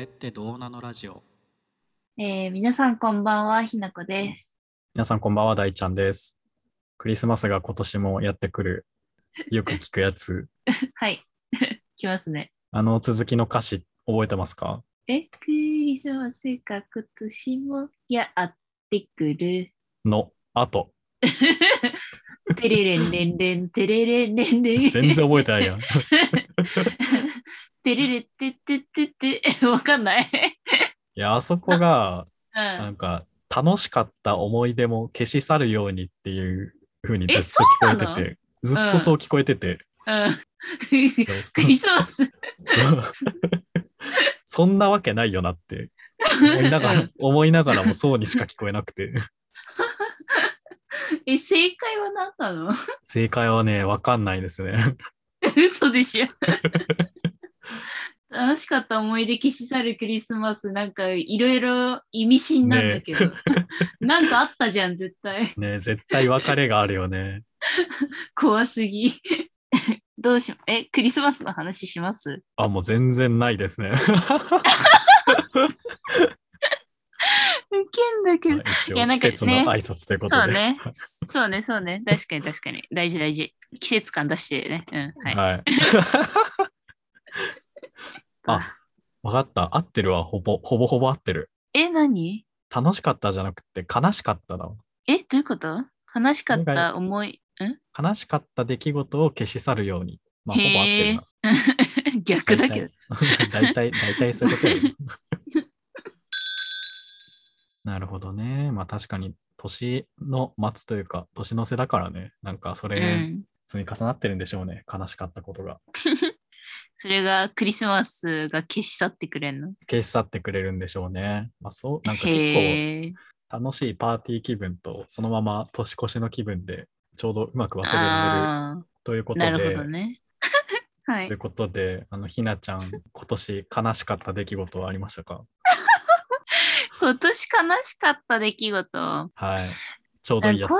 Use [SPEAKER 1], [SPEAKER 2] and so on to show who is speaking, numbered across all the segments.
[SPEAKER 1] ってどうなのラジオ。
[SPEAKER 2] えー皆さんこんばんは、ひなこです。
[SPEAKER 3] 皆さんこんばんは、大ちゃんです。クリスマスが今年もやってくる、よく聞くやつ。
[SPEAKER 2] はい、 来ますね。
[SPEAKER 3] あの続きの歌詞覚えてますか
[SPEAKER 2] え、クリスマスが今年もやってくる。
[SPEAKER 3] の後。
[SPEAKER 2] テレレンレンレン、テレレンレンレン。
[SPEAKER 3] 全然覚えてないやん。
[SPEAKER 2] テレレ ってってってって、 わかんない。
[SPEAKER 3] いや、あそこが、
[SPEAKER 2] う、
[SPEAKER 3] なんんか、楽しかった思い出も消し去るようにっていう風にずっと聞こえてて、ず
[SPEAKER 2] なの
[SPEAKER 3] っとそう聞こえてて、
[SPEAKER 2] うん。
[SPEAKER 3] でもそ
[SPEAKER 2] クリスマス。
[SPEAKER 3] そうそんなわけないよなって思いながら、思いながらもそうにしか聞こえなくて。
[SPEAKER 2] え、正解は何なの
[SPEAKER 3] 正解はね、わかんないですね。
[SPEAKER 2] 嘘でしょ。楽しかった思い出消し去るクリスマスなんかいろいろ意味深なんだけど、 なんかあったじゃん絶対
[SPEAKER 3] ね絶対別れがあるよね。
[SPEAKER 2] 怖すぎどうしようえクリスマスの話します
[SPEAKER 3] あ、もう全然ないで すね。
[SPEAKER 2] ウケんだけど
[SPEAKER 3] 一
[SPEAKER 2] いや
[SPEAKER 3] 応
[SPEAKER 2] な
[SPEAKER 3] 季
[SPEAKER 2] んかね
[SPEAKER 3] 節の挨拶ということ
[SPEAKER 2] そう
[SPEAKER 3] で。
[SPEAKER 2] ねそうねそうね確かに確かに大事大事季節感出してねうんはい、
[SPEAKER 3] はい。あ、わかった。合ってるわ。ほぼ、ほぼほぼ合ってる。
[SPEAKER 2] え何
[SPEAKER 3] 楽しかったじゃなくて悲しかっただわ。
[SPEAKER 2] えどういうこと悲しかった思い ん
[SPEAKER 3] 悲しかった出来事を消し去るように。まあ、ほぼ合ってるな。
[SPEAKER 2] 逆だけど
[SPEAKER 3] 大体、大 体、大体そういうことよね なるほどね。まあ確かに、年の末というか、年の瀬だからね。なんかそれ
[SPEAKER 2] うん
[SPEAKER 3] 積み重なってるんでしょうね。悲しかったことが。
[SPEAKER 2] それがクリスマスが消し去ってくれんの
[SPEAKER 3] 消し去ってくれるんでしょうね。まあそう、なんか結
[SPEAKER 2] へえ。
[SPEAKER 3] 構楽しいパーティー気分と、そのまま年越しの気分で、ちょうどうまく忘れられる
[SPEAKER 2] あ
[SPEAKER 3] というこ
[SPEAKER 2] あ、
[SPEAKER 3] と
[SPEAKER 2] な
[SPEAKER 3] で、
[SPEAKER 2] るほどね。 は
[SPEAKER 3] という
[SPEAKER 2] い。
[SPEAKER 3] ことで、あの、ひなちゃん、今年悲しかった出来事はありましたか
[SPEAKER 2] 今年悲しかった出来事。
[SPEAKER 3] はい。ちょう
[SPEAKER 2] こ
[SPEAKER 3] ど
[SPEAKER 2] う
[SPEAKER 3] い
[SPEAKER 2] い
[SPEAKER 3] いうやつ。、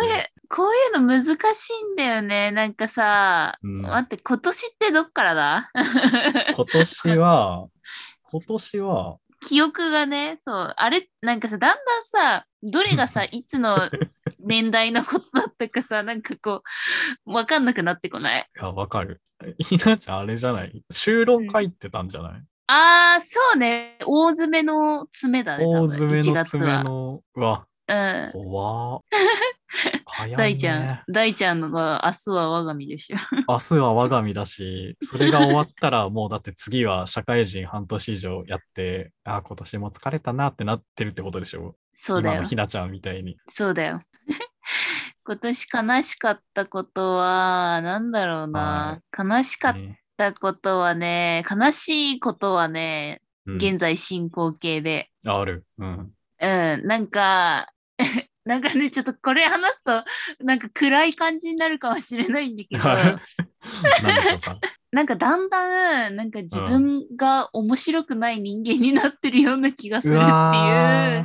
[SPEAKER 2] こういうの難しいんだよね。なんかさ、
[SPEAKER 3] うん
[SPEAKER 2] 待って、今年ってどっからだ
[SPEAKER 3] 今年は、今年は、
[SPEAKER 2] 記憶がね、そう、あれ、なんかさ、だんだんさ、どれが さ、いつの年代のことだったかさ、なんかこう、わかんなくなってこない。
[SPEAKER 3] いや、わかる。ひなちゃん、あれじゃない修論書いてたんじゃない、
[SPEAKER 2] ああ、そうね。大詰めの詰めだね。多分
[SPEAKER 3] 大詰め
[SPEAKER 2] 1
[SPEAKER 3] の
[SPEAKER 2] 月
[SPEAKER 3] 詰め
[SPEAKER 2] は。
[SPEAKER 3] の、うわ、
[SPEAKER 2] うん。
[SPEAKER 3] 怖っ早い、ね。
[SPEAKER 2] 大ちゃん、大ちゃんのが明日は我が身でしょ。
[SPEAKER 3] 明日は我が身だし、それが終わったらもうだって次は社会人半年以上やって、ああ、今年も疲れたなってなってるってことでしょ
[SPEAKER 2] そうだ
[SPEAKER 3] 今
[SPEAKER 2] よ
[SPEAKER 3] の。ひなちゃんみたいに。
[SPEAKER 2] そうだよ。 今年悲しかったことは、なんだろうな。悲しかっ
[SPEAKER 3] ね
[SPEAKER 2] たことはね、悲しいことはね、
[SPEAKER 3] うん
[SPEAKER 2] 現在進行形で。
[SPEAKER 3] ある。 うん。
[SPEAKER 2] うん、なんか、 なんかね、ちょっとこれ話すと、なんか暗い感じになるかもしれないんだ けど、
[SPEAKER 3] 何でしょうか。
[SPEAKER 2] なんかだんだん、なんか自分が面白くない人間になってるような気がす
[SPEAKER 3] う
[SPEAKER 2] るっていう
[SPEAKER 3] わー。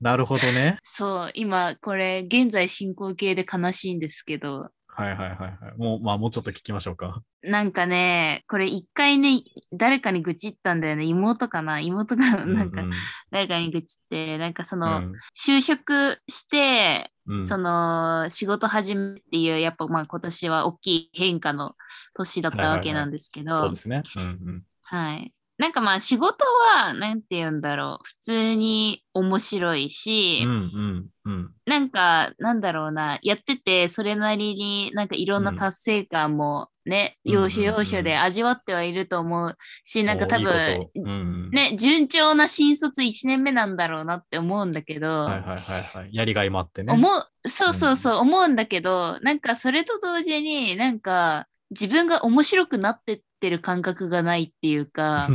[SPEAKER 3] なるほどね。
[SPEAKER 2] そう、今これ現在進行形で悲しいんですけど、
[SPEAKER 3] はいはいはいはい。もう、まあ、もうちょっと聞きましょうか。
[SPEAKER 2] なんかね、これ一回ね、誰かに愚痴ったんだよね。妹かな妹がなんか
[SPEAKER 3] うん
[SPEAKER 2] 誰かに愚痴って、なんかそ
[SPEAKER 3] うん、
[SPEAKER 2] の、就職して、
[SPEAKER 3] うんうん
[SPEAKER 2] その仕事始めっていう、やっぱまあ今年は大きい変化の年だったわけなんですけど、
[SPEAKER 3] そうですね。うん
[SPEAKER 2] はい。なんかまあ仕事は、なんて言うんだろう、普通に面白いし、
[SPEAKER 3] うん。うんうんうん。
[SPEAKER 2] なんか、なんだろうな、やってて、それなりになんかいろんな
[SPEAKER 3] うん
[SPEAKER 2] 達成感もね、
[SPEAKER 3] うん
[SPEAKER 2] 要所要所
[SPEAKER 3] うんうん
[SPEAKER 2] で味わってはいると思うし、なんか多
[SPEAKER 3] おーいい
[SPEAKER 2] 分
[SPEAKER 3] こ、とうん、。
[SPEAKER 2] ね、順調な新卒1年目なんだろうなって思うんだけど、
[SPEAKER 3] はいはいはいはい。やりがいもあってね。
[SPEAKER 2] 思う、そうそうそう、思うんだけど、なんかそれと同時に、なんか自分が面白くなってってる感覚がないっていう か、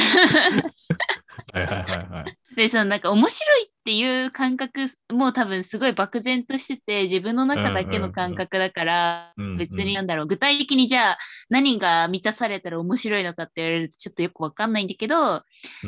[SPEAKER 3] はいはいはいはい。
[SPEAKER 2] で、そのなんか面白いっていう感覚も多分すごい漠然としてて、自分の中だけの感覚だから、
[SPEAKER 3] うんうんうん
[SPEAKER 2] 別になんだろう、具体的にじゃあ何が満たされたら面白いのかって言われるとちょっとよくわかんないんだけど、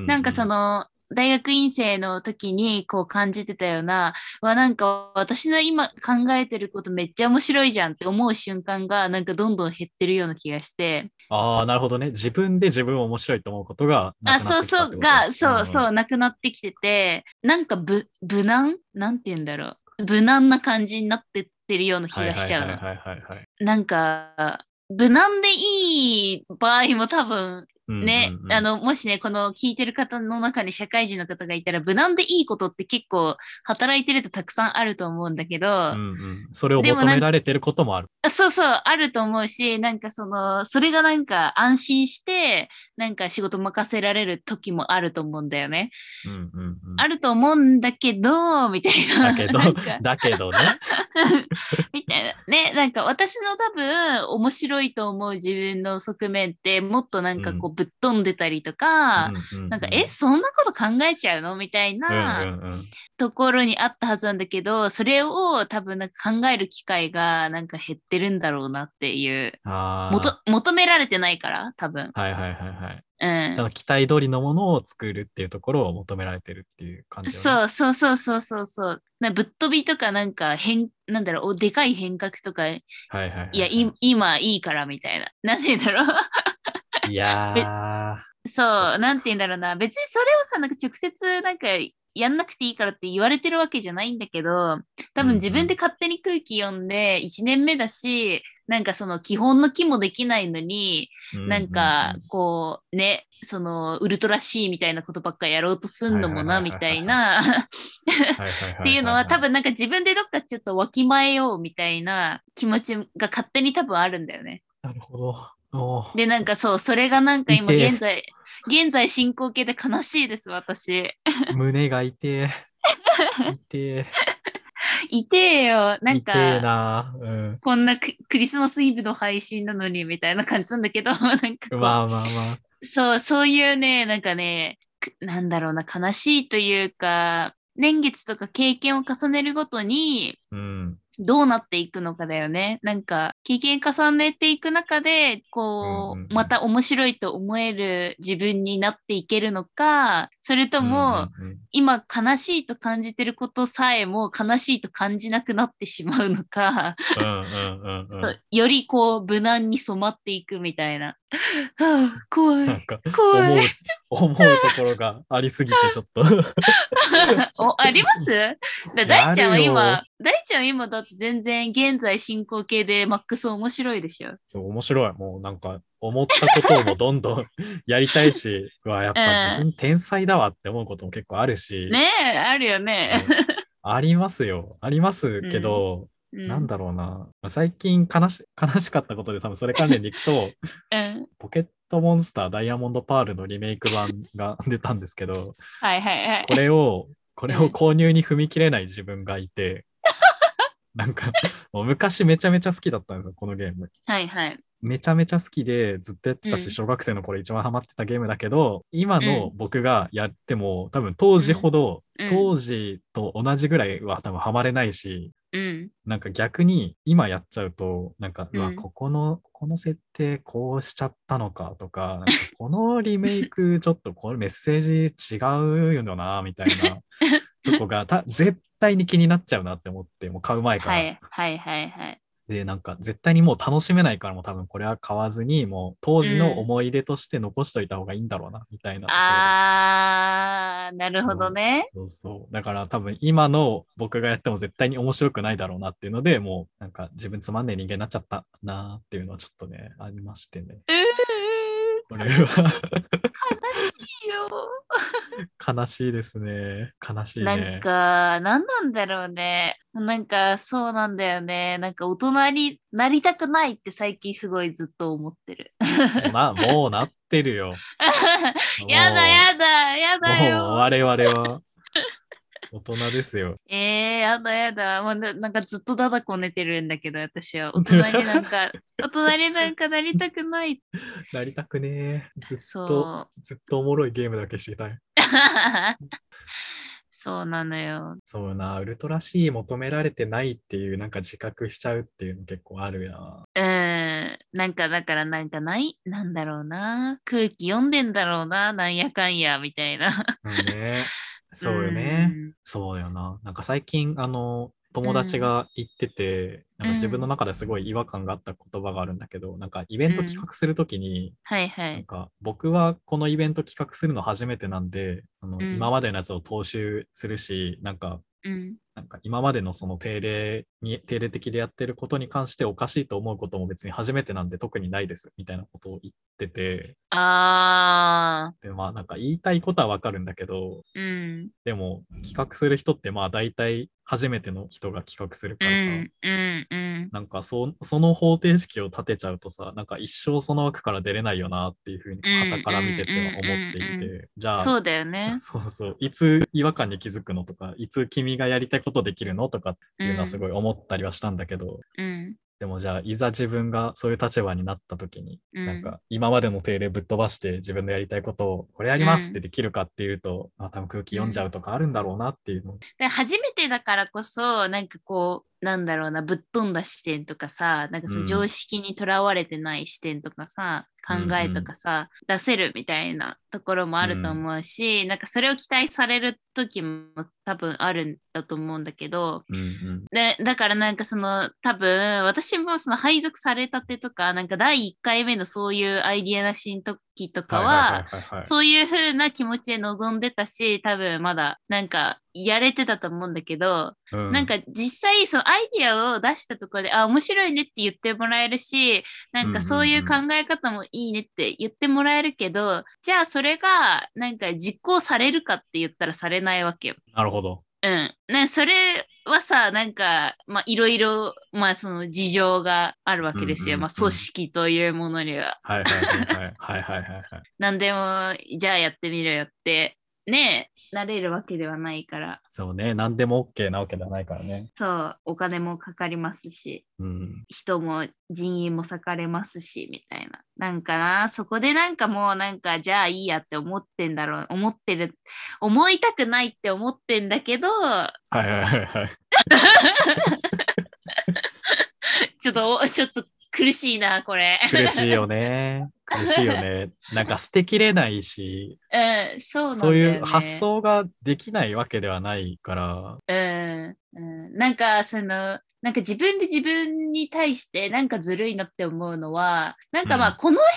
[SPEAKER 2] なんかそ
[SPEAKER 3] の、
[SPEAKER 2] の、大学院生の時にこう感じてたような、わ、なんか私の今考えてることめっちゃ面白いじゃんって思う瞬間がなんかどんどん減ってるような気がして、
[SPEAKER 3] ああ、なるほどね。自分で自分を面白いと思うことがな
[SPEAKER 2] あ、
[SPEAKER 3] く
[SPEAKER 2] そ
[SPEAKER 3] な
[SPEAKER 2] う
[SPEAKER 3] ってきた
[SPEAKER 2] そ
[SPEAKER 3] って
[SPEAKER 2] う、
[SPEAKER 3] こと
[SPEAKER 2] が、そう
[SPEAKER 3] うん
[SPEAKER 2] そう、なくなってきてて、なんかぶ無難なんて言うんだろう。無難な感じになってってるような気
[SPEAKER 3] はい
[SPEAKER 2] がしちゃうの。
[SPEAKER 3] はいはいはいはいはい。
[SPEAKER 2] なんか、無難でいい場合も多分
[SPEAKER 3] うんうんうん
[SPEAKER 2] ね、あ、の、もしね、この聞いてる方の中に社会人の方がいたら、無難でいいことって結構働いてるとたくさんあると思うんだけど、
[SPEAKER 3] うんうん、それを
[SPEAKER 2] でも
[SPEAKER 3] 求
[SPEAKER 2] なん
[SPEAKER 3] められてることもある。
[SPEAKER 2] あそうそう、あると思うし、なんかその、それがなんか安心して、なんか仕事任せられる時もあると思うんだよね。
[SPEAKER 3] うんうんうん、
[SPEAKER 2] あると思うんだけど、みたいな。
[SPEAKER 3] だけど
[SPEAKER 2] なんか、
[SPEAKER 3] だけどね。
[SPEAKER 2] みたいな。ね、なんか私の多分、面白いと思う自分の側面って、もっとなんかこう、ぶっ飛んでたりとか、
[SPEAKER 3] うんうんうん
[SPEAKER 2] なんか、え、そんなこと考えちゃうのみたいな
[SPEAKER 3] うんうんうん
[SPEAKER 2] ところにあったはずなんだけど、それを多分なんか考える機会がなんか減ってるんだろうなっていう。
[SPEAKER 3] あー
[SPEAKER 2] もと求められてないから、多分。
[SPEAKER 3] はいはいはいはい。
[SPEAKER 2] うん
[SPEAKER 3] ちゃ。んと期待通りのものを作るっていうところを求められてるっていう感じ、ね。
[SPEAKER 2] そうそうそうそうそうそう。なぶっ飛びとかなんか変、なんだろう、おでかい変革とか、い
[SPEAKER 3] はいはいはい、
[SPEAKER 2] や、い今いいからみたいな。 なんて言うんだろう。
[SPEAKER 3] いや
[SPEAKER 2] そう、なんて言うんだろうな。別にそれをさ、なんか直接なんかやんなくていいからって言われてるわけじゃないんだけど、多
[SPEAKER 3] うんうん
[SPEAKER 2] 分自分で勝手に空気読んで、1年目だし、なんかその基本の木もできないのに、
[SPEAKER 3] ー、
[SPEAKER 2] なんかこうねそのウルトラ C みたいなことばっかやろうとすんのもな
[SPEAKER 3] はい
[SPEAKER 2] み
[SPEAKER 3] はい
[SPEAKER 2] た
[SPEAKER 3] はいはい
[SPEAKER 2] い な
[SPEAKER 3] うんうん、
[SPEAKER 2] っていうのは多
[SPEAKER 3] 分
[SPEAKER 2] 分なんか自分でどっかちょっとわきまえようみたいな気持ちが勝手に多分あるんだよね。
[SPEAKER 3] なる ほど。おー
[SPEAKER 2] でなんかそうそれがなんか今
[SPEAKER 3] 痛え
[SPEAKER 2] 現在現在進行形で悲しいです私。
[SPEAKER 3] 胸が痛え。痛え。
[SPEAKER 2] いてえよなん
[SPEAKER 3] 痛
[SPEAKER 2] か
[SPEAKER 3] えな。うん。
[SPEAKER 2] こんなククリスマスイブの配信なのにみたいな感じなんだけど なんかこう
[SPEAKER 3] まあまあまあ。
[SPEAKER 2] そう、そういうね、なんかね、くなんだろうな、悲しいというか、年月とか経験を重ねるごとに、
[SPEAKER 3] うん。
[SPEAKER 2] どうなっていくのかだよね。なんか、経験重ねていく中で、こ
[SPEAKER 3] うんうんうん
[SPEAKER 2] う、また面白いと思える自分になっていけるのか、それとも、
[SPEAKER 3] うんうんうん
[SPEAKER 2] 今悲しいと感じてることさえも悲しいと感じなくなってしまうのか、
[SPEAKER 3] うんうんうんうん。
[SPEAKER 2] よりこう、無難に染まっていくみたいな。はあ、怖
[SPEAKER 3] なん
[SPEAKER 2] い、
[SPEAKER 3] か
[SPEAKER 2] 怖い
[SPEAKER 3] 思う。、思うところがありすぎてちょっと。
[SPEAKER 2] おありますだ大ちゃんは
[SPEAKER 3] や
[SPEAKER 2] 今、大ちゃんは今だって全然現在進行形でマックス面白いでしょ。
[SPEAKER 3] そう、面白い。もうなんか、思ったことをもうどんどん やりたいし、うわ、やっぱ自分天才だわって思うことも結構あるし、
[SPEAKER 2] ねえ、あるよね。
[SPEAKER 3] ありますよ。ありますけど、
[SPEAKER 2] う
[SPEAKER 3] なんだろうな。まあ最近悲し悲しかったことで多分それ関連でいくと、
[SPEAKER 2] うん。
[SPEAKER 3] ポケットモンスターダイヤモンドパールのリメイク版が 出たんです けど、
[SPEAKER 2] はいはいはい
[SPEAKER 3] こ。れを、これ
[SPEAKER 2] う
[SPEAKER 3] を
[SPEAKER 2] ん
[SPEAKER 3] 購入に踏み切れない自分が いて、なんか、もう昔めちゃめちゃ好きだったんですよ、このゲーム。
[SPEAKER 2] はいはい。
[SPEAKER 3] めちゃめちゃ好きでずっとやってたし、
[SPEAKER 2] うん
[SPEAKER 3] 小学生の頃一番ハマってたゲームだけど、今の僕がやっても、多分当時ほど、
[SPEAKER 2] うん
[SPEAKER 3] 当時と同じぐらいは多分ハマれないし、
[SPEAKER 2] うん。
[SPEAKER 3] なんか逆に今やっちゃうと、なんか、うわ
[SPEAKER 2] うん
[SPEAKER 3] ここの、ここの設定こうしちゃったのかと か、なんかこのリメイクちょっとこれメッセージ違うよな、みたい なとこがた、絶対に気になっちゃうなって思って、もう買う前から。
[SPEAKER 2] はいはいはいはい。
[SPEAKER 3] で、なんか絶対にもう楽しめないからもう多分これは買わずに、もう当時の思い出として残しといた方がいいんだろうな、みたいなところで。
[SPEAKER 2] あー、なるほどね。
[SPEAKER 3] そうそう。だから多分今の僕がやっても絶対に面白くないだろうなっていうので、もうなんか自分つまんねえ人間になっちゃったなっていうのはちょっとね、ありましてね。
[SPEAKER 2] うー
[SPEAKER 3] これは
[SPEAKER 2] 悲しいよ。
[SPEAKER 3] 悲しいですね。悲しい
[SPEAKER 2] なん
[SPEAKER 3] ね。
[SPEAKER 2] か、何なんだろうね。なんか、そうなんだよね。なんか、大人になりたくないって最近すごいずっと思ってる。
[SPEAKER 3] まあ、もうなってるよ。
[SPEAKER 2] やだやだやだ
[SPEAKER 3] もう
[SPEAKER 2] よ。
[SPEAKER 3] 我々は大人ですよ。
[SPEAKER 2] えー、やだやだ、まあな。なんかずっとだだこ寝てるんだけど、私は。大人になん か、大人になんかなりたくない。
[SPEAKER 3] なりたくねえ。ずっと、
[SPEAKER 2] そう。
[SPEAKER 3] ずっとおもろいゲームだけしてたい。
[SPEAKER 2] そうなのよ。
[SPEAKER 3] そうな、ウルトラ C 求められてないっていう、なんか自覚しちゃうっていうの結構あるな。
[SPEAKER 2] うん。なんか、だから、なんかない、なんだろうな。空気読んでんだろうな、なんやかんや、みたいな。
[SPEAKER 3] うん ね、そうよね。そうよな。なんか最近、あの、友達が言ってて、
[SPEAKER 2] ん
[SPEAKER 3] なんか自分の中ですごい違和感があった言葉があるんだけど、なんかイベント企画するときに、
[SPEAKER 2] はいは
[SPEAKER 3] なん
[SPEAKER 2] い。
[SPEAKER 3] か僕はこのイベント企画するの初めてなんで、あの
[SPEAKER 2] うん
[SPEAKER 3] 今までのやつを踏襲するし、なんか
[SPEAKER 2] うん。
[SPEAKER 3] なんか今までのその定例に定例的でやってることに関しておかしいと思うことも別に初めてなんで特にないですみたいなことを言ってて
[SPEAKER 2] あ
[SPEAKER 3] でまあなんか言いたいことはわかるんだけど
[SPEAKER 2] ー。うん。
[SPEAKER 3] でも企画する人ってまあ大体初めての人が企画する
[SPEAKER 2] う
[SPEAKER 3] からさ、
[SPEAKER 2] ん。うん。うん。
[SPEAKER 3] なんかそその方程式を立てちゃうとさなんか一生その枠から出れないよなっていうふうに
[SPEAKER 2] うん
[SPEAKER 3] 傍から見てては思っていて、
[SPEAKER 2] うんうん
[SPEAKER 3] じゃあ。
[SPEAKER 2] そうだよね
[SPEAKER 3] そうそういつ違和感に気づくのとかいつ君がやりたいことできるのとかっていうのはすごい思ったりはしたんだけど、
[SPEAKER 2] うん。
[SPEAKER 3] でもじゃあいざ自分がそういう立場になった時に、
[SPEAKER 2] うん
[SPEAKER 3] なんか今までの定例ぶっ飛ばして自分のやりたいことをこれやりますってできるかっていうと、まあ多分空気読んじゃうとかあるんだろうなっていうの、
[SPEAKER 2] で初めてだからこそなんかこうなんだろうなぶっ飛んだ視点とかさなんかそうの
[SPEAKER 3] ん
[SPEAKER 2] 常識にとらわれてない視点とかさ、
[SPEAKER 3] うんうん
[SPEAKER 2] 考えとかさ、出せるみたいなところもあると思うし、なんかそれを期待される時も多分あるんだと思うんだけど
[SPEAKER 3] うんうん
[SPEAKER 2] でだからなんかその多分私もその配属されたてとかなんか第1回目のそういうアイディアなしの時とかは。
[SPEAKER 3] いはいはいはい
[SPEAKER 2] そういう風な気持ちで臨んでたし、多分まだなんかやれてたと思うんだけど、
[SPEAKER 3] う
[SPEAKER 2] なんか実際そのアイディアを出したところで、あ、面白いねって言ってもらえるし、なんかそういう考え方もいいねって言ってもらえるけど、じゃあそれがなんか実行されるかって言ったらされないわけよ。
[SPEAKER 3] なるほど。
[SPEAKER 2] うん。ね、それはさ、なんか、まあいろいろ、まあその事情があるわけですよ。
[SPEAKER 3] うんうんうん
[SPEAKER 2] まあ組織というものには。
[SPEAKER 3] はいはいはいはいはいはいはいはい。
[SPEAKER 2] 何でもじゃあやってみろよってねなれるわけではないから
[SPEAKER 3] そうね、何でも OK なわけではないからね。
[SPEAKER 2] そうお金もかかりますし
[SPEAKER 3] うん。
[SPEAKER 2] 人も人員も割かれますしみたいななんかなそこでなんかもうなんかじゃあいいやって思ってんだろう思ってる思いたくないって思ってんだけど
[SPEAKER 3] はいはいはいはい。
[SPEAKER 2] ちょっとおちょっと苦しいなこれ
[SPEAKER 3] 苦しいよね。苦しいよね。なんか捨てきれないし、
[SPEAKER 2] うんそうなんだよ、
[SPEAKER 3] そ
[SPEAKER 2] ね、
[SPEAKER 3] ういう発想ができないわけではないから、
[SPEAKER 2] うんうんなんかそのなんか自分で自分に対してなんかずるいなって思うのはなんかまあ、
[SPEAKER 3] うん
[SPEAKER 2] この辺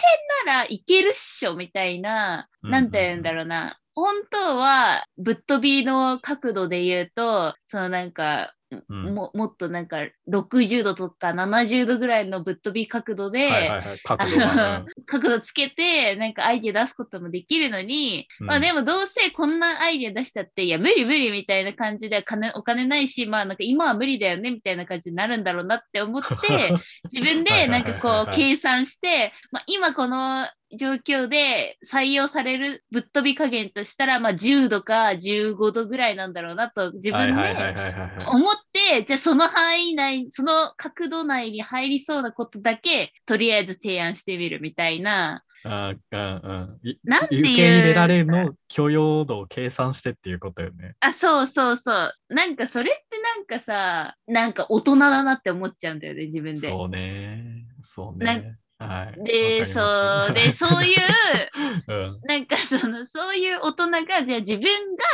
[SPEAKER 2] ならいけるっしょみたいな
[SPEAKER 3] うん
[SPEAKER 2] なんて言うんだろうな本当はぶっ飛びの角度で言うとそのなんか
[SPEAKER 3] うん
[SPEAKER 2] ももっとなんか60度とか70度ぐらいのぶっ飛び角度で、
[SPEAKER 3] はいはいはい、角
[SPEAKER 2] あ
[SPEAKER 3] 度が、う
[SPEAKER 2] の 角度つけてなんかアイディア出すこともできるのに、
[SPEAKER 3] うん
[SPEAKER 2] まあでもどうせこんなアイディア出したっていや無理無理みたいな感じで金お金ないしまあなんか今は無理だよねみたいな感じになるんだろうなって思って 自分でなんか
[SPEAKER 3] はいはいはい
[SPEAKER 2] こ
[SPEAKER 3] は
[SPEAKER 2] う
[SPEAKER 3] い
[SPEAKER 2] 計算して、まあ、今この状況で採用されるぶっ飛び加減としたら、まあ、10度か15度ぐらいなんだろうなと自
[SPEAKER 3] はい
[SPEAKER 2] 分
[SPEAKER 3] はいはい
[SPEAKER 2] で
[SPEAKER 3] はいはいはい。
[SPEAKER 2] 思ってじゃあその範囲内その角度内に入りそうなことだけとりあえず提案してみるみたいな。
[SPEAKER 3] あうんうん。い
[SPEAKER 2] なんていう
[SPEAKER 3] 受け入れられの許容度を計算してっていうことよね。
[SPEAKER 2] あ、そうそうそう。なんかそれってなんかさ、なんか大人だなって思っちゃうんだよね、自分で。
[SPEAKER 3] そうね。そうね。はい。
[SPEAKER 2] で、
[SPEAKER 3] わ
[SPEAKER 2] そう、
[SPEAKER 3] かり
[SPEAKER 2] で、
[SPEAKER 3] ます
[SPEAKER 2] そういう、
[SPEAKER 3] うん。
[SPEAKER 2] なんかその、そういう大人が、じゃあ自分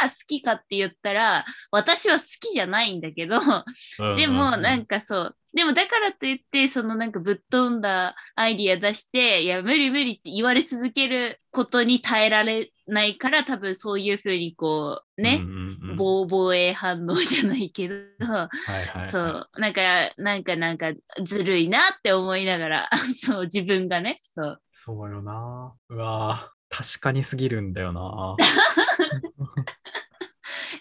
[SPEAKER 2] が好きかって言ったら、私は好きじゃないんだけど、
[SPEAKER 3] うん
[SPEAKER 2] でもな
[SPEAKER 3] か、
[SPEAKER 2] んかそう、でもだからといって、そのなんかぶっ飛んだアイディア出して、いや、無理無理って言われ続けることに耐えられないから、多分そういうふうにこう、ね、
[SPEAKER 3] うんうんうん
[SPEAKER 2] 防防衛反応じゃないけど、
[SPEAKER 3] はいはいはい
[SPEAKER 2] そうなんかなんかなんかずるいなって思いながら そう自分がねそう
[SPEAKER 3] そうよな。うわぁ確かにすぎるんだよな。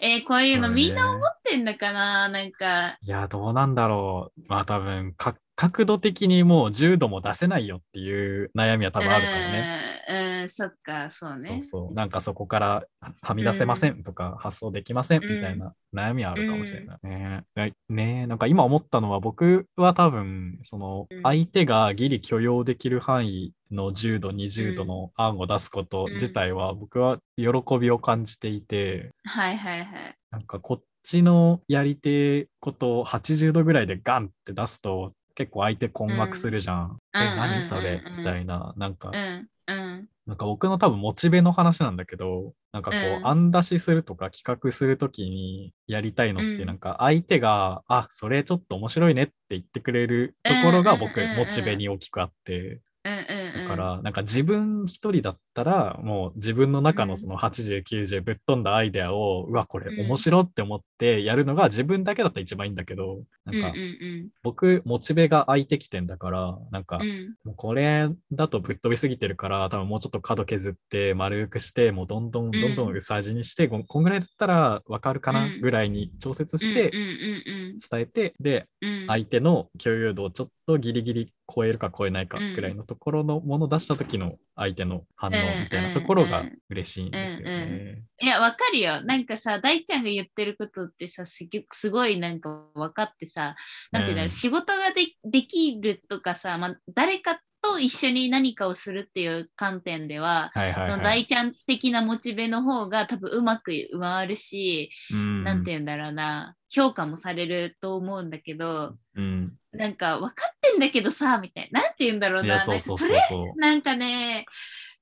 [SPEAKER 2] えーこういうのみんな思
[SPEAKER 3] 思っ
[SPEAKER 2] ってんのかななんか
[SPEAKER 3] いや、どうなんだろう。まあ多分、か角度的にもう10度も出せないよっていう悩みは多分あるからね。
[SPEAKER 2] うん、うん、そっか、そう
[SPEAKER 3] そ
[SPEAKER 2] ね。
[SPEAKER 3] うそう。なんかそこからはみ出せませんとか、発想できませんみたいな悩みはあるかもしれないね。ねねなんか今思ったのは僕は多分、その
[SPEAKER 2] うん
[SPEAKER 3] 相手がギリ許容できる範囲の10度、20度
[SPEAKER 2] うん
[SPEAKER 3] の案を出すこと
[SPEAKER 2] うん
[SPEAKER 3] 自体は僕は喜びを感じていて、
[SPEAKER 2] はいはいはい。
[SPEAKER 3] なんかこっちのやりてえことを80度ぐらいでガンって出すと結構相手困惑するじゃ
[SPEAKER 2] う
[SPEAKER 3] ん。
[SPEAKER 2] んう
[SPEAKER 3] え
[SPEAKER 2] んうんうん
[SPEAKER 3] 何それみたいな。なんか、
[SPEAKER 2] うん、うん、
[SPEAKER 3] なんか僕の多分モチベの話なんだけど、なんかこ
[SPEAKER 2] う
[SPEAKER 3] う、
[SPEAKER 2] ん
[SPEAKER 3] 案出しするとか企画するときにやりたいのっ
[SPEAKER 2] う
[SPEAKER 3] て、
[SPEAKER 2] ん
[SPEAKER 3] なんか相手が、あ、それちょっと面白いねって言ってくれるところが僕、
[SPEAKER 2] うんうんうんうん
[SPEAKER 3] モチベに大きくあって、
[SPEAKER 2] うん、うん。う
[SPEAKER 3] だ
[SPEAKER 2] ん
[SPEAKER 3] から、なんか自分一人だったら、もう自分の中
[SPEAKER 2] う
[SPEAKER 3] の
[SPEAKER 2] ん
[SPEAKER 3] その80、90ぶっ飛んだアイデアを、うわ、これ
[SPEAKER 2] うん
[SPEAKER 3] 面白って思ってやるのが自分だけだったら一番いいんだけど、
[SPEAKER 2] うん、う
[SPEAKER 3] なん
[SPEAKER 2] ん
[SPEAKER 3] か、僕、モチベが空いてきてんだから、なんか
[SPEAKER 2] うん、う、ん。
[SPEAKER 3] もうこれだとぶっ飛びすぎてるから、多分もうちょっと角削って丸くして、もうどんどんどんど
[SPEAKER 2] うん
[SPEAKER 3] ん薄味にして、こんこんぐらいだったらわかるかな
[SPEAKER 2] うん
[SPEAKER 3] ぐらいに調節し
[SPEAKER 2] う
[SPEAKER 3] て
[SPEAKER 2] ん、うん、
[SPEAKER 3] 伝えて、で、
[SPEAKER 2] うん、うん。
[SPEAKER 3] 相手の共有度をちょっとギリギリ超えるか超えないか
[SPEAKER 2] うん
[SPEAKER 3] ぐらいのところのもの出した時の相手の反応みたいなところが嬉しいんですよね。
[SPEAKER 2] いや、わかるよ。なんかさ、大ちゃんが言ってることってさ、すげすごいなんか分かってさ、なんていうんだろ
[SPEAKER 3] う
[SPEAKER 2] う、
[SPEAKER 3] ん
[SPEAKER 2] 仕事がでできるとかさ、まあ、誰かと一緒に何かをするっていう観点では、
[SPEAKER 3] はいはい
[SPEAKER 2] その
[SPEAKER 3] はい。
[SPEAKER 2] 大ちゃん的なモチベの方が多分うまく回るし、
[SPEAKER 3] うん
[SPEAKER 2] なんて言うんだろうな、評価もされると思うんだけど、
[SPEAKER 3] うん
[SPEAKER 2] なんか分かってんだけどさ、みたいな、なんて言うんだろう
[SPEAKER 3] い
[SPEAKER 2] な、
[SPEAKER 3] や、
[SPEAKER 2] なん
[SPEAKER 3] そ
[SPEAKER 2] か
[SPEAKER 3] うそう
[SPEAKER 2] そ
[SPEAKER 3] そう
[SPEAKER 2] れ
[SPEAKER 3] そう。
[SPEAKER 2] なんかね、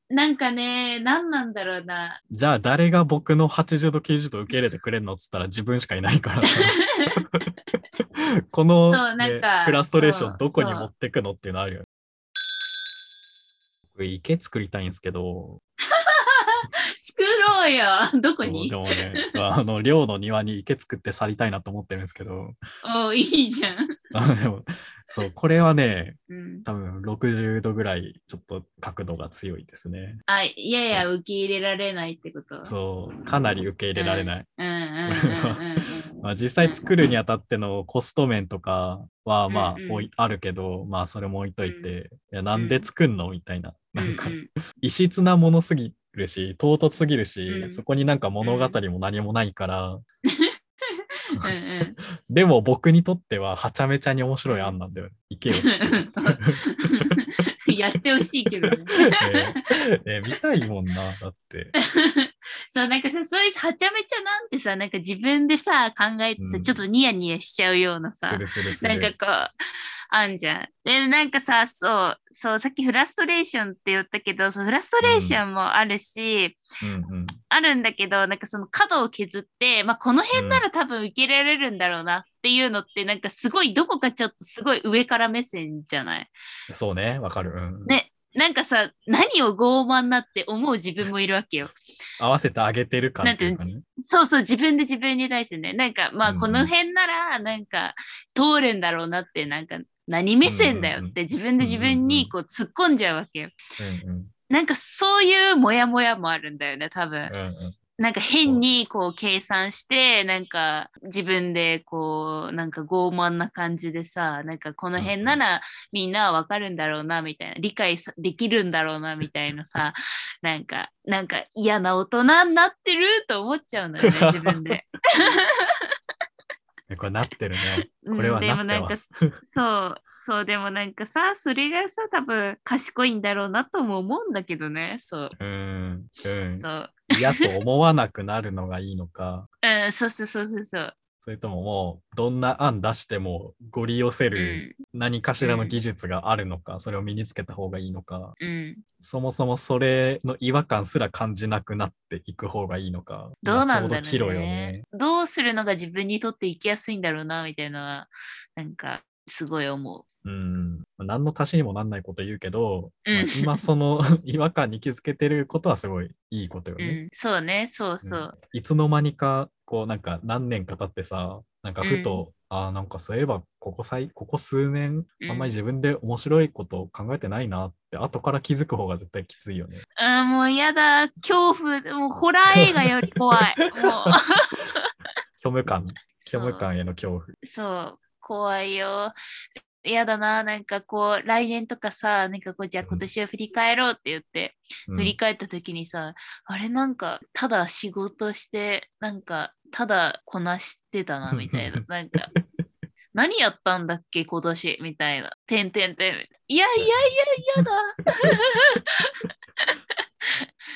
[SPEAKER 2] なんかね、なんなんだろうな、
[SPEAKER 3] じゃあ誰が僕の80度90度受け入れてくれるのっつったら自分しかいない からさこの、
[SPEAKER 2] そうな
[SPEAKER 3] ね
[SPEAKER 2] んか
[SPEAKER 3] フラストレーショ
[SPEAKER 2] そう
[SPEAKER 3] ンどこに
[SPEAKER 2] そう
[SPEAKER 3] 持ってくのっていうのあるよね。僕池作りたいんですけど
[SPEAKER 2] 作ろうよ。 どこ
[SPEAKER 3] そう
[SPEAKER 2] に
[SPEAKER 3] でも ねあの寮の庭に池作って去りたいなと思ってるんですけど
[SPEAKER 2] おいいじゃん。
[SPEAKER 3] あのでもそうこれはね
[SPEAKER 2] うん、
[SPEAKER 3] 多分60度ぐらいちょっと角度が強いですね
[SPEAKER 2] あ、いやや受け入れられないってこと。う。
[SPEAKER 3] そうかなり受け入れられない、
[SPEAKER 2] うんうんうんうん
[SPEAKER 3] まあ、実際作るにあたってのコスト面とかはまあ
[SPEAKER 2] うんうん
[SPEAKER 3] おいあるけど、まあそれも置いといて、
[SPEAKER 2] う
[SPEAKER 3] いやなんで作んのみたい な、
[SPEAKER 2] うん。
[SPEAKER 3] なんか
[SPEAKER 2] うん
[SPEAKER 3] 異質なものすぎるし唐突すぎるし、
[SPEAKER 2] うん
[SPEAKER 3] そこになんか物語も何もないから、
[SPEAKER 2] うんうん
[SPEAKER 3] でも僕にとってははちゃめちゃに面白い案な んだよね。池を作る
[SPEAKER 2] うん。やってほしいけどね。
[SPEAKER 3] ねね見たいもんな、だって。
[SPEAKER 2] そうなんかさそういうはちゃめちゃなんてさなんか自分でさ考えてさ、
[SPEAKER 3] うん
[SPEAKER 2] ちょっとニヤニヤしちゃうような
[SPEAKER 3] す
[SPEAKER 2] さ
[SPEAKER 3] るするす
[SPEAKER 2] なんか
[SPEAKER 3] る。
[SPEAKER 2] こう、あんじゃん。で、なんかさ、そう、そう、さっきフラストレーションって言ったけど、そうフラストレーションもあるし、
[SPEAKER 3] うんうん
[SPEAKER 2] あるんだけど、なんかその角を削って、まあ、この辺なら多分受け入れられるんだろうなっていうのって、なんかすごい、どこかちょっとすごい上から目線じゃない
[SPEAKER 3] そうね、わかる、うん
[SPEAKER 2] ねなんかさ、何を傲慢なって思う自分もいるわけよ。
[SPEAKER 3] 合わせてあげてる感っていうかね。
[SPEAKER 2] そうそう、自分で自分に対してね、なんかまあ、
[SPEAKER 3] うんうん
[SPEAKER 2] この辺なら、なんか通るんだろうなって、なんか何目線だよって、自分で自分にこう突っ込んじゃうわけよ。
[SPEAKER 3] うんうん
[SPEAKER 2] なんかそういうモヤモヤもあるんだよね、多分。
[SPEAKER 3] うんうん
[SPEAKER 2] なんか変にこう計算して、なんか自分でこう、なんか傲慢な感じでさ、なんかこの辺ならみんなはわかるんだろうな、みたいな、理解さできるんだろうな、みたいなさ、なんか、なんか嫌な大人になってると思っちゃうんだ よね、自分で。
[SPEAKER 3] えこれなってるね。
[SPEAKER 2] うん
[SPEAKER 3] これは
[SPEAKER 2] で
[SPEAKER 3] な
[SPEAKER 2] も
[SPEAKER 3] っ
[SPEAKER 2] な
[SPEAKER 3] て
[SPEAKER 2] ん
[SPEAKER 3] ま
[SPEAKER 2] か
[SPEAKER 3] す。
[SPEAKER 2] そう、そう、でもなんかさ、それがさ、多分賢いんだろうなとも思うんだけどね、そう、
[SPEAKER 3] うん。うん
[SPEAKER 2] そ。う。
[SPEAKER 3] 嫌と思わなくなるのがいいのか、
[SPEAKER 2] うん、そうそうそうそうそう。
[SPEAKER 3] それとももう、どんな案出してもご利用せ
[SPEAKER 2] う
[SPEAKER 3] る
[SPEAKER 2] ん、
[SPEAKER 3] 何かしらの技術があるのか、それを身につけた方がいいのか、
[SPEAKER 2] うん。
[SPEAKER 3] そもそもそれの違和感すら感じなくなっていく方がいいのか。
[SPEAKER 2] どうなんだろうね
[SPEAKER 3] まあちょうど岐路よね。
[SPEAKER 2] どうするのが自分にとって生きやすいんだろうな、みたいなのは、なんか、すごい思
[SPEAKER 3] うん。まあ何の足しにもなんないこと言うけど、
[SPEAKER 2] うん
[SPEAKER 3] まあ今その 違和感に気づけてることはすごいいいことよ
[SPEAKER 2] う。う
[SPEAKER 3] ね。
[SPEAKER 2] ん、そうね、そうそうう。
[SPEAKER 3] んいつの間にか、こうなんか何年か経ってさ、なんかふと、ああ、なんかそういえばここ最、ここ数年、
[SPEAKER 2] うん
[SPEAKER 3] あんまり自分で面白いことを考えてないなって、後から気づく方が絶対きついよね。
[SPEAKER 2] あーもうやだ、恐怖、もうホラー映画より怖い。 も
[SPEAKER 3] 虚無感、
[SPEAKER 2] そう
[SPEAKER 3] 虚無感への恐怖。
[SPEAKER 2] う、そう、怖いよ。嫌だな、なんかこう、来年とかさ、なんかこう、じゃあ今年を振り返ろうって言って、
[SPEAKER 3] うん
[SPEAKER 2] 振り返った時にさ、あれなんか、ただ仕事して、なんか、ただこなしてたな、みた いな。なんか、何やったんだっけ、今年、みたいな。てんてんてん。いやいやいや、嫌だ。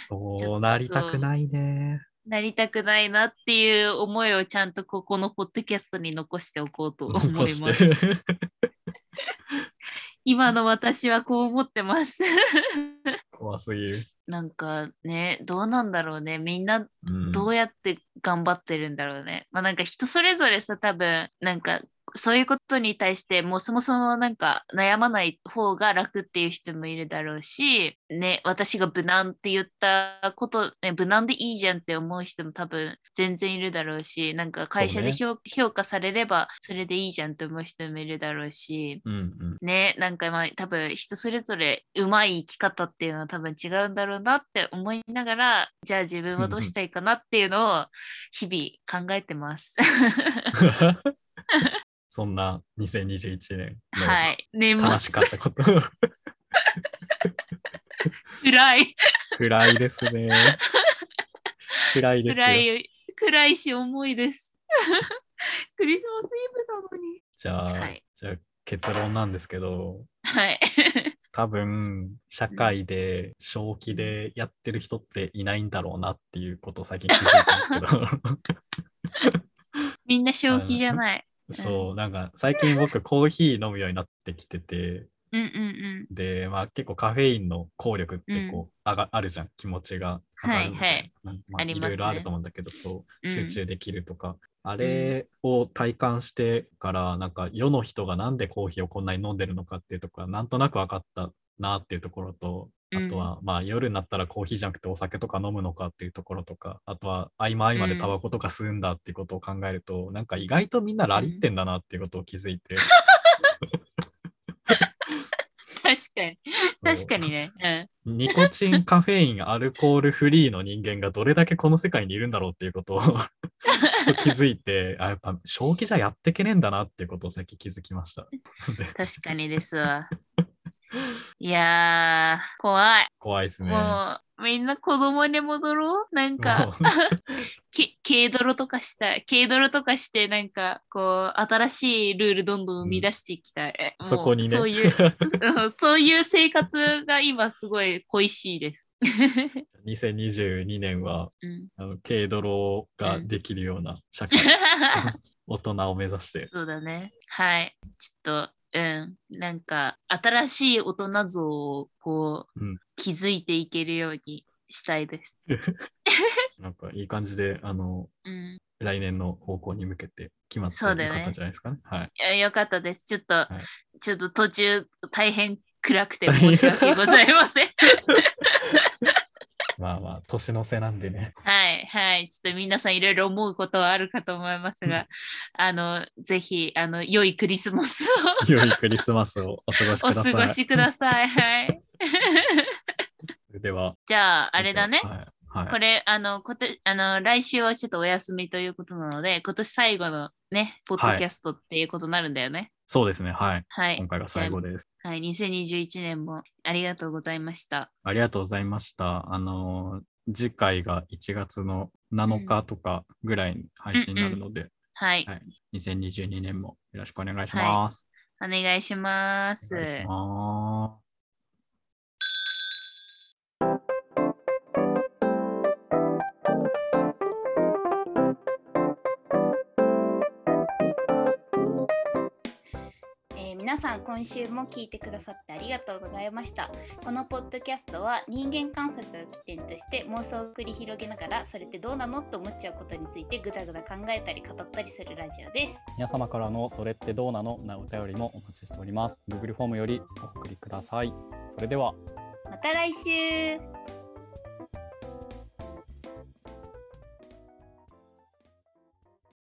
[SPEAKER 3] そうなりたくないね。
[SPEAKER 2] なりたくないなっていう思いをちゃんとここのポッドキャストに残しておこうと思い
[SPEAKER 3] 残
[SPEAKER 2] ま
[SPEAKER 3] し
[SPEAKER 2] す。
[SPEAKER 3] て。
[SPEAKER 2] 今の私はこう思ってます。
[SPEAKER 3] 怖すぎる。
[SPEAKER 2] なんかね、どうなんだろうね。みんな
[SPEAKER 3] うん
[SPEAKER 2] どうやって頑張ってるんだろうね。まあなんか人それぞれさ、多分なんかそういうことに対してもうそもそもなんか悩まない方が楽っていう人もいるだろうし、ね、私が無難って言ったこと、ね、無難でいいじゃんって思う人も多分全然いるだろうし、なんか会社で評,、評価されればそれでいいじゃんって思う人もいるだろうし、
[SPEAKER 3] うん うん。
[SPEAKER 2] ね、なんかまあ多分人それぞれうまい生き方っていうのは多分違うんだろうなって思いながらじゃあ自分はどうしたいかなっていうのを日々考えてます。
[SPEAKER 3] そんな2021年
[SPEAKER 2] は
[SPEAKER 3] の
[SPEAKER 2] い。年
[SPEAKER 3] 悲し
[SPEAKER 2] 末
[SPEAKER 3] かったこと、
[SPEAKER 2] 暗い
[SPEAKER 3] 暗いですね。暗いですよ
[SPEAKER 2] 暗。い暗いし重いです。 クリスマスイブなのに。
[SPEAKER 3] じゃあ、
[SPEAKER 2] はい
[SPEAKER 3] じゃあ結論なんですけど、
[SPEAKER 2] はい。
[SPEAKER 3] 多分社会で正気でやってる人っていないんだろうなっていうことを最近気づいたんです けど。
[SPEAKER 2] みんな正気じゃない。
[SPEAKER 3] そう、なんか最近僕コーヒー飲むようになってきてて、
[SPEAKER 2] うんうんうん。
[SPEAKER 3] で、まあ結構カフェインの効力ってこう、あがあるじゃん、気持ちが上がるみたいな。なんかまあ
[SPEAKER 2] あり
[SPEAKER 3] い
[SPEAKER 2] ますね
[SPEAKER 3] ろいろあると思うんだけど、そう、
[SPEAKER 2] うん
[SPEAKER 3] 集中できるとか。あれを体感してから、なんか世の人がなんでコーヒーをこんなに飲んでるのかっていうところはなんとなく分かったなっていうところと、あとは、まあ夜になったらコーヒーじゃなくてお酒とか飲むのかっていうところとか、あとは合間合間でタバコとか吸うんだっていうことを考えると、なんか意外とみんなラリってんだなっていうことを気づいて。
[SPEAKER 2] 確かに。
[SPEAKER 3] そう
[SPEAKER 2] 確かにね。うん
[SPEAKER 3] ニコチン、カフェイン、アルコールフリーの人間がどれだけこの世界にいるんだろうっていうことを と気づいて、あやっぱ正気じゃやってけねえんだなっていうことを最近気づきました。で
[SPEAKER 2] 確かにです わ。いやー、怖い。
[SPEAKER 3] 怖いですね。
[SPEAKER 2] もう、みんな子供に戻ろうなんか。
[SPEAKER 3] も
[SPEAKER 2] け軽泥とかしたい軽泥とかしてなんかこう新しいルールどんどん生み出していきたい、
[SPEAKER 3] う
[SPEAKER 2] もう
[SPEAKER 3] そこにね。
[SPEAKER 2] そういう うんそういう生活が今すごい恋しいです、
[SPEAKER 3] 2022年は
[SPEAKER 2] うん、
[SPEAKER 3] あの軽泥ができるような社会、大人を目指して。
[SPEAKER 2] そうだねはいちょっとうんなんか新しい大人像をこう、
[SPEAKER 3] うん
[SPEAKER 2] 気づいていけるようにしたいです、
[SPEAKER 3] なんかいい感じで、あの、
[SPEAKER 2] うん、
[SPEAKER 3] 来年の方向に向けて決まって
[SPEAKER 2] そうだ
[SPEAKER 3] よ
[SPEAKER 2] よね
[SPEAKER 3] かったんじゃないですかね。はい。
[SPEAKER 2] いやよかったですちょっと、
[SPEAKER 3] い
[SPEAKER 2] ちょっと途中大変暗くて申し訳ございません
[SPEAKER 3] まあまあ、年の瀬なんでね。
[SPEAKER 2] はいはい。ちょっと皆さんいろいろ思うことはあるかと思いますが、あの、ぜひ、あの、良いクリスマス
[SPEAKER 3] 良いクリスマスをお過ごし
[SPEAKER 2] をお
[SPEAKER 3] くだ
[SPEAKER 2] 過
[SPEAKER 3] さい。
[SPEAKER 2] ごしください。はい。
[SPEAKER 3] では、
[SPEAKER 2] じゃあ、あれだね。
[SPEAKER 3] はい。は
[SPEAKER 2] こ
[SPEAKER 3] い、
[SPEAKER 2] れ、あの、ことあの来週はちょっとお休みということなので、今年最後のね、ポッドキャストっていうことになるんだよね。
[SPEAKER 3] そうですね。はい。
[SPEAKER 2] はい
[SPEAKER 3] 今。回が最後です。
[SPEAKER 2] はい。2021年もありがとうございました。
[SPEAKER 3] ありがとうございました。あのー次回が1月の7日とかぐらいに配信になるので、
[SPEAKER 2] はい。
[SPEAKER 3] はい2022年もよろしくお願いします。
[SPEAKER 2] お願いします。
[SPEAKER 3] お願いします。
[SPEAKER 1] えー皆さん今週も聞いてくださってありがとうございましたこのポッドキャストは人間観察を起点として妄想を繰り広げながらそれってどうなのと思っちゃうことについてぐだぐだ考えたり語ったりするラジオです
[SPEAKER 4] 皆様からのそれってどうなのなお便りもお待ちしております。Google フォームよりお送りください。それでは。
[SPEAKER 1] また来週